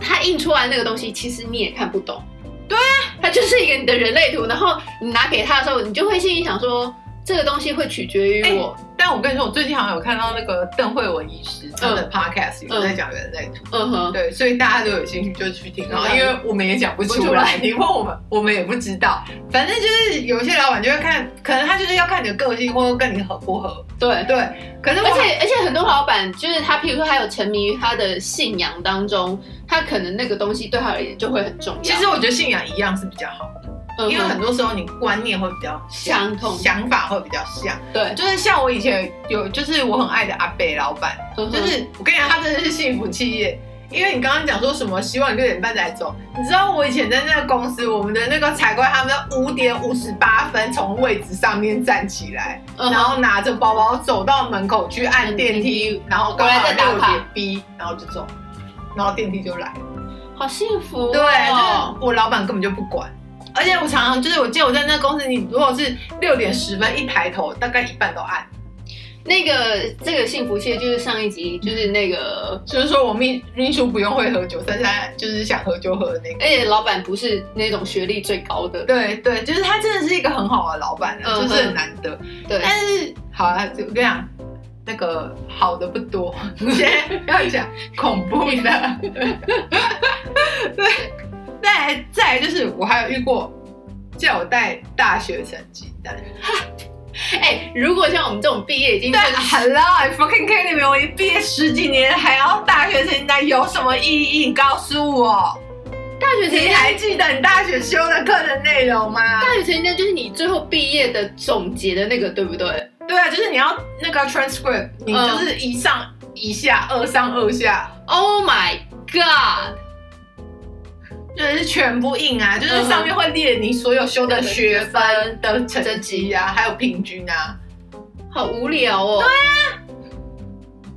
他印出来那个东西，其实你也看不懂。对啊，它就是一个你的人类图，然后你拿给他的时候，你就会心里想说，这个东西会取决于哎我，但我跟你说，我最近好像有看到那个邓慧文医师他的 podcast 有在讲人类图，嗯哼。对，所以大家都有兴趣就去听啊，嗯因为我们也讲不出 来，你问我们，我们也不知道。反正就是有些老板就会看，可能他就是要看你的个性，或者跟你合不合。对，对，可是我而且而且很多老板就是他，譬如说他有沉迷于他的信仰当中，他可能那个东西对他而言就会很重要。其实我觉得信仰一样是比较好的，嗯因为很多时候你观念会比较像相同想法会比较像。对，嗯就是像我以前有，就是我很爱的阿北老板，嗯哼就是我跟你讲，他真的是幸福企业。因为你刚刚讲说什么希望你六点半才走，你知道我以前在那个公司，我们的那个采购他们都五点五十八分从位置上面站起来，嗯哼然后拿着包包走到门口去按电梯，然后刚回来好再打六卡点 B，然后就走，然后电梯就来了。好幸福哦、对，就是我老板根本就不管。而且我常常就是，我记得我在那公司，你如果是六点十分一抬头，大概一半都暗，那个这个幸福蟹就是上一集就是那个，就是说我秘秘书不用会喝酒，但是他就是想喝就喝的那个。而且哎老板不是那种学历最高的，对对，就是他真的是一个很好的老板、啊，嗯哼就是很难得。对，但是好啊，我跟你讲，那个好的不多，现在要讲恐怖的。 对，再来再来就是我还有遇过叫我带大学生鸡蛋。哎、如果像我们这种毕业已经对，Hello，I fucking kidding me！我已经毕业十几年，还要大学生那有什么意义？你告诉我，大学你生还记得你大学修的课的内容吗？大学成绩就是你最后毕业的总结的那个，对不对？对啊，就是你要那个 transcript，你就是一上一下，二上二下， Oh my god！就是全部印啊，就是上面会列你所有修的学分的成绩啊，还有平均啊。好无聊哦。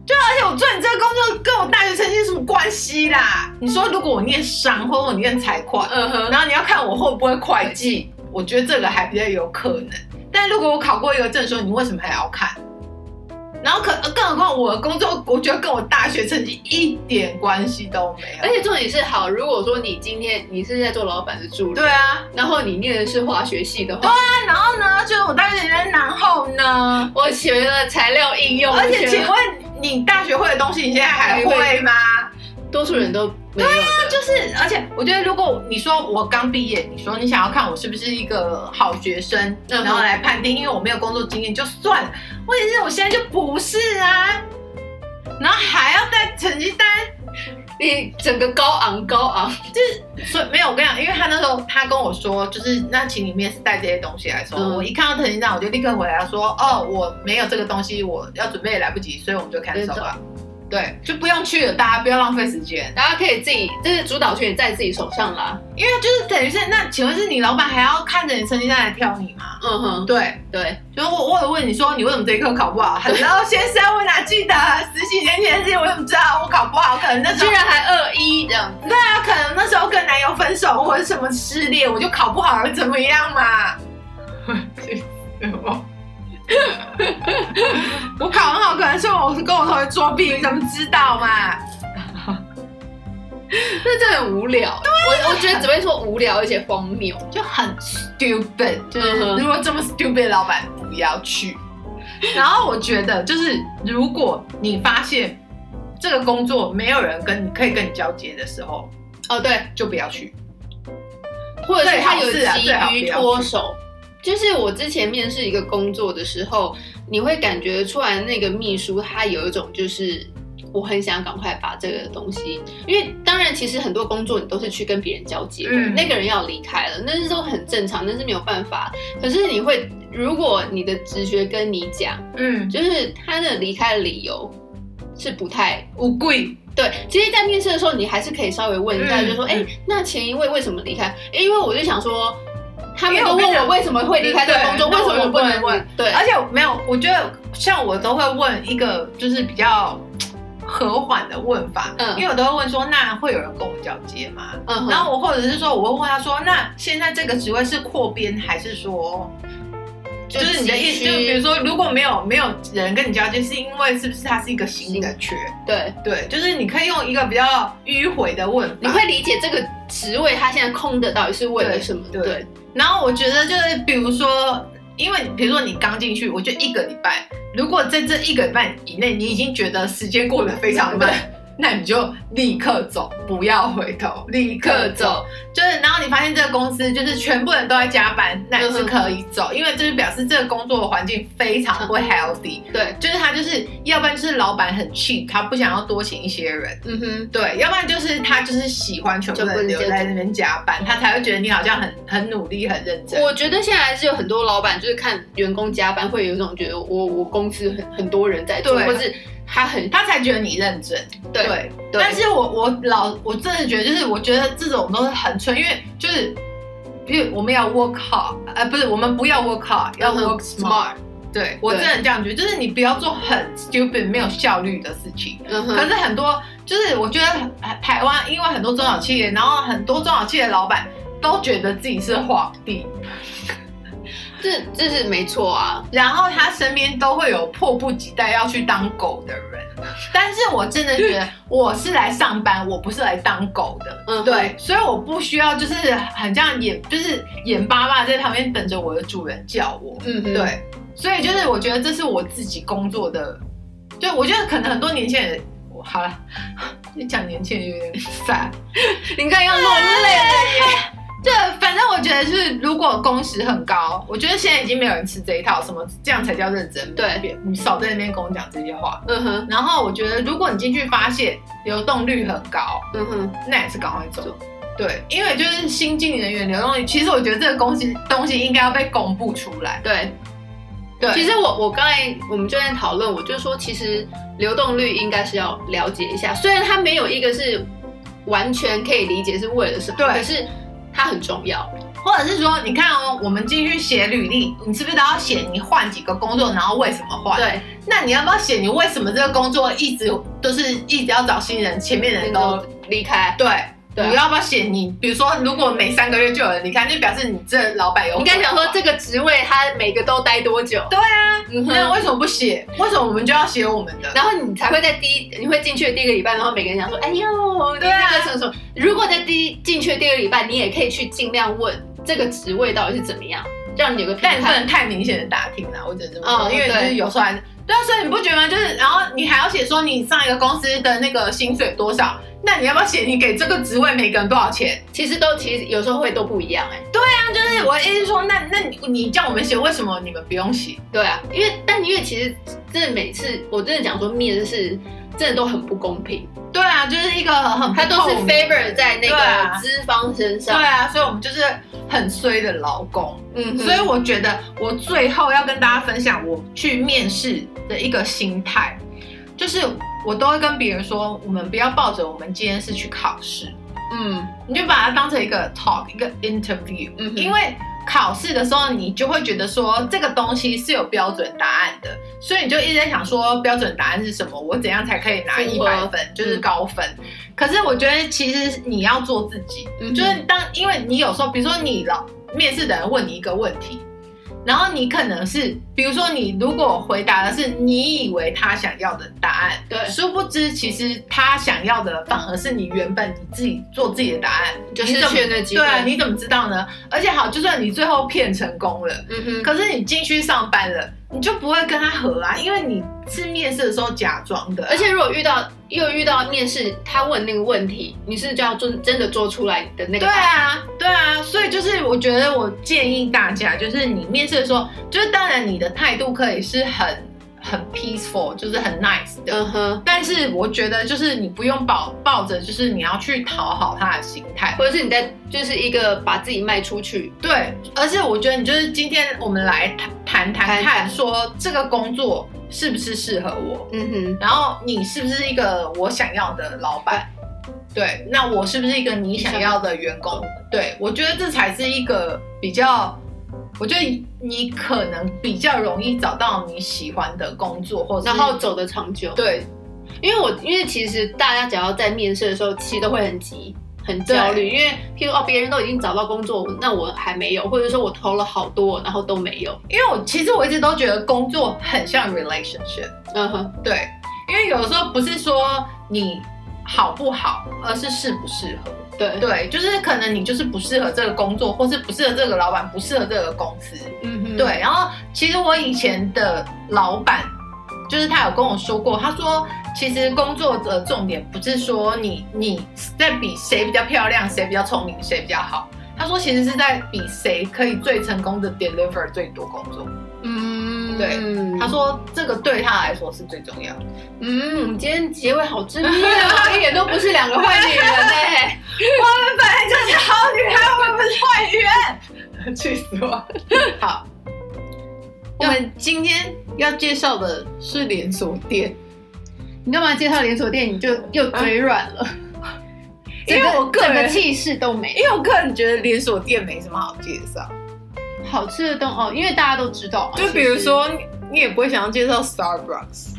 而且我做你这个工作跟我大学成绩有什么关系啦？你说如果我念商或者我念财会，嗯哼，然后你要看我会不会会计，我觉得这个还比较有可能。但如果我考过一个证书，你为什么还要看？然后可呃更何况我的工作，我觉得跟我大学成绩一点关系都没有。而且重点是，好，如果说你今天你是在做老板的助理，对啊，然后你念的是化学系的话，那然后呢，就是我大学成绩，然后呢？我学了材料应用，而且我学请了问你大学会的东西，你现在还还会吗？多数人都没有的，就是，而且我觉得，如果你说我刚毕业，你说你想要看我是不是一个好学生，嗯哼然后来判定，因为我没有工作经验就算了。问题是我现在就不是啊，然后还要带成绩单，你整个高昂高昂，所以没有我跟你讲，因为他那时候他跟我说，就是那请你面试带这些东西来说，嗯我一看到成绩单，我就立刻回答说，哦，我没有这个东西，我要准备也来不及，所以我们就 cancel 吧。对，就不用去了，大家不要浪费时间。大家可以自己，就是主导权在自己手上啦。因为就是等于是，那请问是你老板还要看着你成绩单来挑你吗？哦嗯哼，对，对，就是我我有问你说你为什么这一科考不好？Hello 先生，我哪记得十几年前的事情，我怎么知道我考不好？可能那时居候然还二一这样，他可能那时候跟男友分手或者什么失恋，我就考不好了，怎么样嘛？ 气死我我考很好，可能是我跟我同学作弊，你怎么知道嘛？这真的很无聊。我我觉得只会说无聊，而且荒谬。就很 stupid，就嗯是哼如果这么 stupid，的老板不要去。然后我觉得，就是如果你发现这个工作没有人跟你可以跟你交接的时候，哦，对，就不要去。或者是他有最好是啊急于最好不要脱手。就是我之前面试一个工作的时候，你会感觉出来那个秘书他有一种就是我很想赶快把这个东西，因为当然其实很多工作你都是去跟别人交接的，嗯那个人要离开了，那是都很正常，那是没有办法。可是你会，如果你的直觉跟你讲，嗯，就是他的离开的理由是不太无贵，对，其实，在面试的时候，你还是可以稍微问一下，嗯就说，哎、嗯那前一位为什么离开？因为我就想说，他们因为都我问跟你我讲为什么会离开这个工作，为对什么我不那能我问？对，而且没有，我觉得像我都会问一个就是比较和缓的问法，嗯因为我都会问说，那会有人跟我交接吗？嗯然哼，后我或者是说，我会问他说，那现在这个职位是扩编还是说就是你的意思，急就需比如说，如果没有没有人跟你交接，是因为是不是它是一个新的缺？对，对，就是你可以用一个比较迂回的问你法。会理解这个职位他现在空的到底是为了什么？对对，对然后我觉得就是，比如说，因为比如说你刚进去，我觉得一个礼拜，如果在这一个礼拜以内，你已经觉得时间过得非常慢，那你就立刻走，不要回头，立刻走。就是，然后你发现这个公司就是全部人都在加班，那嗯你是可以走，因为就是表示这个工作的环境非常嗯不 healthy，对，就是他就是要不然就是老板很 cheap，他不想要多请一些人。嗯哼，对，要不然就是他就是喜欢全部人留在那边加班，他才会觉得你好像很很努力、很认真。我觉得现在还是有很多老板就是看员工加班，会有一种觉得我我公司很很多人在做，对或是他很他才觉得你认真，对对但是我我老我真的觉得，就是我觉得这种都是很蠢，因为就是因为我们要 work hard，呃，不是我们不要 work hard，要嗯哼 work smart。对我真的这样觉得，就是你不要做很 stupid 没有效率的事情。嗯可哼，是很多就是我觉得呃台湾因为很多中小企业，然后很多中小企业的老板都觉得自己是皇帝，这这是没错啊，然后他身边都会有迫不及待要去当狗的人， 但是我真的觉 得我是来上班，我不是来当狗的。嗯哼对，所以我不需要就是很像眼，就是眼巴巴在旁边等着我的主人叫我。嗯哼，对，所以就是我觉得这是我自己工作的，对我觉得可能很多年轻人，我好了，一讲年轻人有点 傻，你看要落泪了耶。对，反正我觉得就是，如果工时很高，我觉得现在已经没有人吃这一套，什么这样才叫认真。对别，你少在那边跟我讲这些话。嗯哼，然后我觉得，如果你进去发现流动率很高，嗯哼，那也是赶快走走。对，因为就是新进人员流动率，其实我觉得这个东西东西应该要被公布出来。对。对，其实我我刚才我们就在讨论，我就说其实流动率应该是要了解一下，虽然它没有一个是完全可以理解是为了什么，对可是它很重要。或者是说，你看哦，我们进去写履历，你是不是都要写你换几个工作，然后为什么换？对，那你要不要写你为什么这个工作一直都是一直要找新人，前面人能都够离开，对，对啊你要不要写你？比如说，如果每三个月就有人离开，就表示你这老板有。应该想说，这个职位它每个都待多久？对啊，嗯哼那为什么不写？为什么我们就要写我们的？然后你才会在第一，你会进去的第一个礼拜，然后每个人讲说，哎呦，你对啊那个什么什么。如果在第一进去的第二个礼拜，你也可以去尽量问这个职位到底是怎么样，让你有个评但你不判。能太明显的打听啦，我只能这么说，嗯因为就是对有时候还是对啊，所以你不觉得吗？就是然后你还要写说你上一个公司的那个薪水多少，那你要不要写你给这个职位每个人多少钱？其实都其实有时候会都不一样哎、那就是我的意思是说，那那你你叫我们写，为什么你们不用写？对啊，因为但因为其实真的每次我真的讲说面试真的都很不公平，对啊，就是一个很他都是 favor 在那对啊个资方身对上，啊，所以我们就是很衰的劳工。嗯哼，啊所以我觉得我最后要跟大家分享我去面试的一个心态，就是我都会跟别人说，我们不要抱着我们今天是去考试，嗯你就把它当成一个 talk，一个 interview，嗯哼，因为。考试的时候，你就会觉得说这个东西是有标准答案的，所以你就一直在想说标准答案是什么，我怎样才可以拿一符合百嗯分，就是高分。可是我觉得其实你要做自己，嗯哼就是当因为你有时候，比如说你老面试的人问你一个问题，然后你可能是，比如说你如果回答的是你以为他想要的答案，对殊不知其实他想要的反而是你原本你自己做自己的答案，就你失怎么去了那机会，对啊，你怎么知道呢？而且好，就算你最后骗成功了，嗯哼，可是你进去上班了，你就不会跟他合啊，因为你是面试的时候假装的啊、而且如果遇到又遇到面试，他问那个问题，你是就要做真的做出来的那个对答案。啊，对啊，所以就是我觉得我建议大家，就是你面试的时候，就是当然你的态度可以是很很 peaceful，就是很 nice 的。嗯哼，但是我觉得，就是你不用抱抱着，就是你要去讨好他的心态，或者是你在就是一个把自己卖出去，对，而且我觉得你就是今天我们来谈谈谈看，谈谈说这个工作是不是适合我，嗯哼，然后你是不是一个我想要的老板，对，那我是不是一个你想要的员工？对，我觉得这才是一个比较，我觉得你可能比较容易找到你喜欢的工作，或者然后走得长久。，对因为我因为其实大家只要在面试的时候，其实都会很急。很焦虑，因为譬如哦，别人都已经找到工作，那我还没有，或者说我投了好多，然后都没有。因为我其实我一直都觉得工作很像 relationship。嗯哼，对，因为有的时候不是说你好不好，而是适不适合。对，对，就是可能你就是不适合这个工作，或是不适合这个老板，不适合这个公司。嗯哼，对，，然后其实我以前的老板，就是他有跟我说过，他说其实工作的重点不是说你你在比谁比较漂亮，谁比较聪明，谁比较好。他说其实是在比谁可以最成功的 deliver 最多工作。嗯，对他，说这个对他来说是最重要的。嗯，我们今天结尾好正面 啊哦，一点都不是两个坏女人哎、我们本来就是好女孩，我们不是坏女人。 气死我！好，我们今天要介绍的是连锁店，你干嘛介绍连锁店，你就又嘴软了， 因为我个整个人，气势都没因为我个人觉得连锁店没什么好介绍。了。好吃的东哦，因为大家都知道嘛，就其实比如说，你你也不会想要介绍 Starbucks，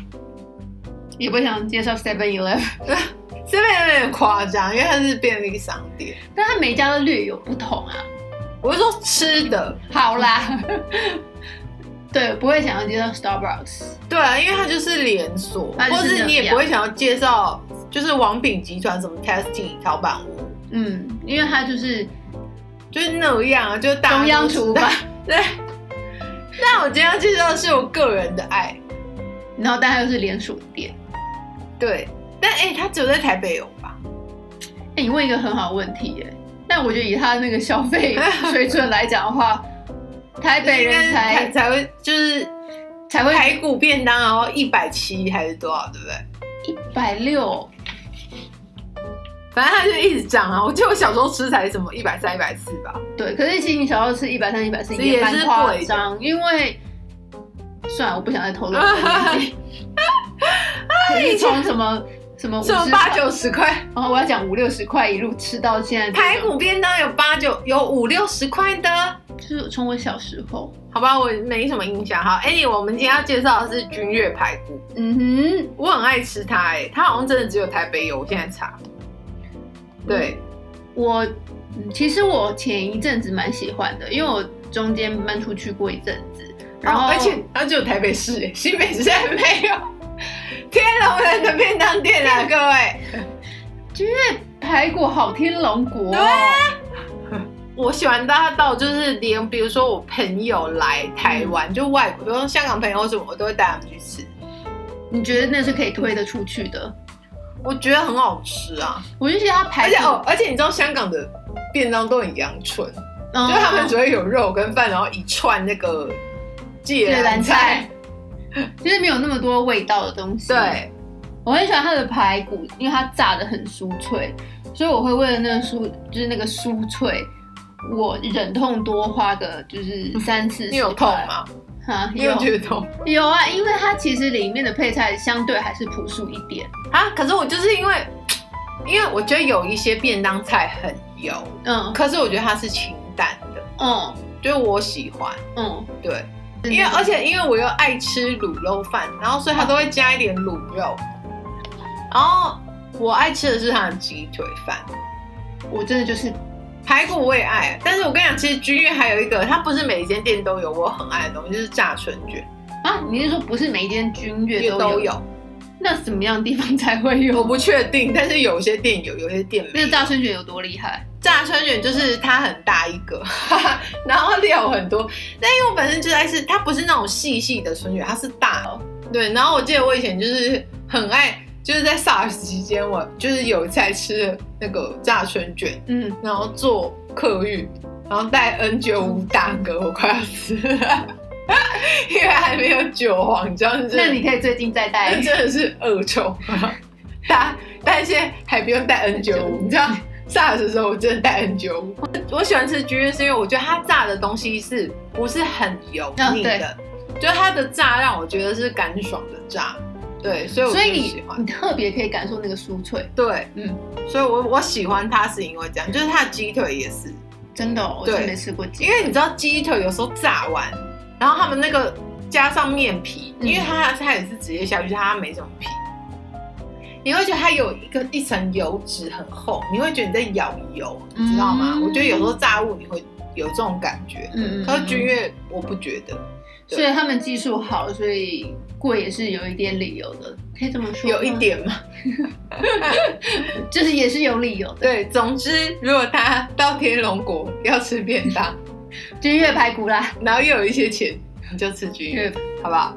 也不想介绍 Seven Eleven，这边有点夸张，因为它是便利商店。但它每家都略有不同啊。我是说吃的，好啦， 对，不会想要介绍 Starbucks，对啊，因为它就是连锁，它就或是是你这也样不会想要介绍，就是王品集团什么 Tasty 陶板屋，嗯，因为它就是就是那样啊，就是大家中央都知厨道房， 对。但我今天要介绍的是我个人的爱，然后但它又是连锁店。对。但哎、它只有在台北有吧？哎、你问一个很好的问题耶、但我觉得以他那个消费水准来讲的 话，台北应该人是才台才会就是才会排骨便当，然后一百七还是多少，对不对？一百六，反正它就一直涨啊！我记得我小时候吃才什么一百三、一百四吧。对。可是其实你小时候吃一百三、一百四这也也蛮是夸贵的张，因为算了，我不想再透 露我的年纪。可是从什么什么五哎什么十八，九十块？然后我要讲五六十块一路吃到现在这种，排骨便当有八九，有五六十块的，就是从我小时候，好吧，我没什么印象。好，Anyway，我们今天要介绍的是君越排骨，嗯我很爱吃它、欸，哎，它好像真的只有台北有，我现在查。对，哼，我嗯其实我前一阵子蛮喜欢的，因为我中间搬出去过一阵子，嗯然然后、哦后、而且它只有台北市、欸，新北市还没有。天龙人的便当店啊，各位，排骨好天龙国、哦，我喜欢它到就是连，比如说我朋友来台湾，就外国，比如说香港朋友什么，我都会带他们去吃。你觉得那是可以推得出去的？我觉得很好吃啊，我就觉得它而排骨且，哦，而且你知道香港的便当都很阳春，嗯就是他们只会有肉跟饭，然后一串那个芥芥兰蓝菜 菜，，就是没有那么多味道的东西。，对，我很喜欢它的排骨，因为它炸的很酥脆，所以我会为了那个酥，就是那个酥脆，我忍痛多花个就是三四十。你有痛？吗？啊，你有有觉得痛有啊，因为它其实里面的配菜相对还是朴素一点。啊？可是我就是因为，因为我觉得有一些便当菜很油，嗯可是我觉得它是清淡的，嗯就是我喜欢，嗯，对。因为而且因为我又爱吃卤肉饭，然后所以它都会加一点卤肉，然后我爱吃的是它的鸡腿饭，我真的就是排骨我也爱，但是我跟你讲，其实君悦还有一个，它不是每一间店都有我很爱的东西，就是炸春卷，啊，你是说不是每一间君悦也都都有？有。那什么样的地方才会有？我不确定，但是有些店有，有些店没那有个。炸春卷有多厉害？炸春卷就是它很大一个， 然后料很多。但因为我本身就爱吃，它不是那种细细的春卷，它是大的。对，然后我记得我以前就是很爱，就是在 SARS 期间，我就是有一次还吃了那个炸春卷，嗯，然后坐客运，然后戴 N 9 5打嗝，我快要死了， 因为还没有韭黄章，那真你的可以最近再带真。的是恶臭。 但但现在还不用戴 N 9 5你知道 SARS 的时候我真的戴 N 9 5我喜欢吃居是因为我觉得它炸的东西是不是很油嗯腻的，就是它的炸让我觉得是干爽的炸，对，所以我就所以喜你欢。你特别可以感受那个酥脆，对，嗯嗯，所以我我喜欢它是因为这样，就是它的鸡腿也是，真的、哦，我对真没吃过鸡因为你知道鸡腿有时候炸完，然后他们那个加上面皮，嗯因为它它也是直接下去，它没什么皮，你会觉得它有一个一层油脂很厚，你会觉得你在咬油，你知道吗？嗯我觉得有时候炸物你会有这种感觉，嗯嗯嗯可是君越我不觉得，对所以他们技术好，所以贵也是有一点理由的，可以这么说，有一，点嗯嘛。就是也是有理由的。对，总之如果他到天龙国要吃便当，君越排骨啦，嗯然后又有一些钱，你就吃君越，好不好？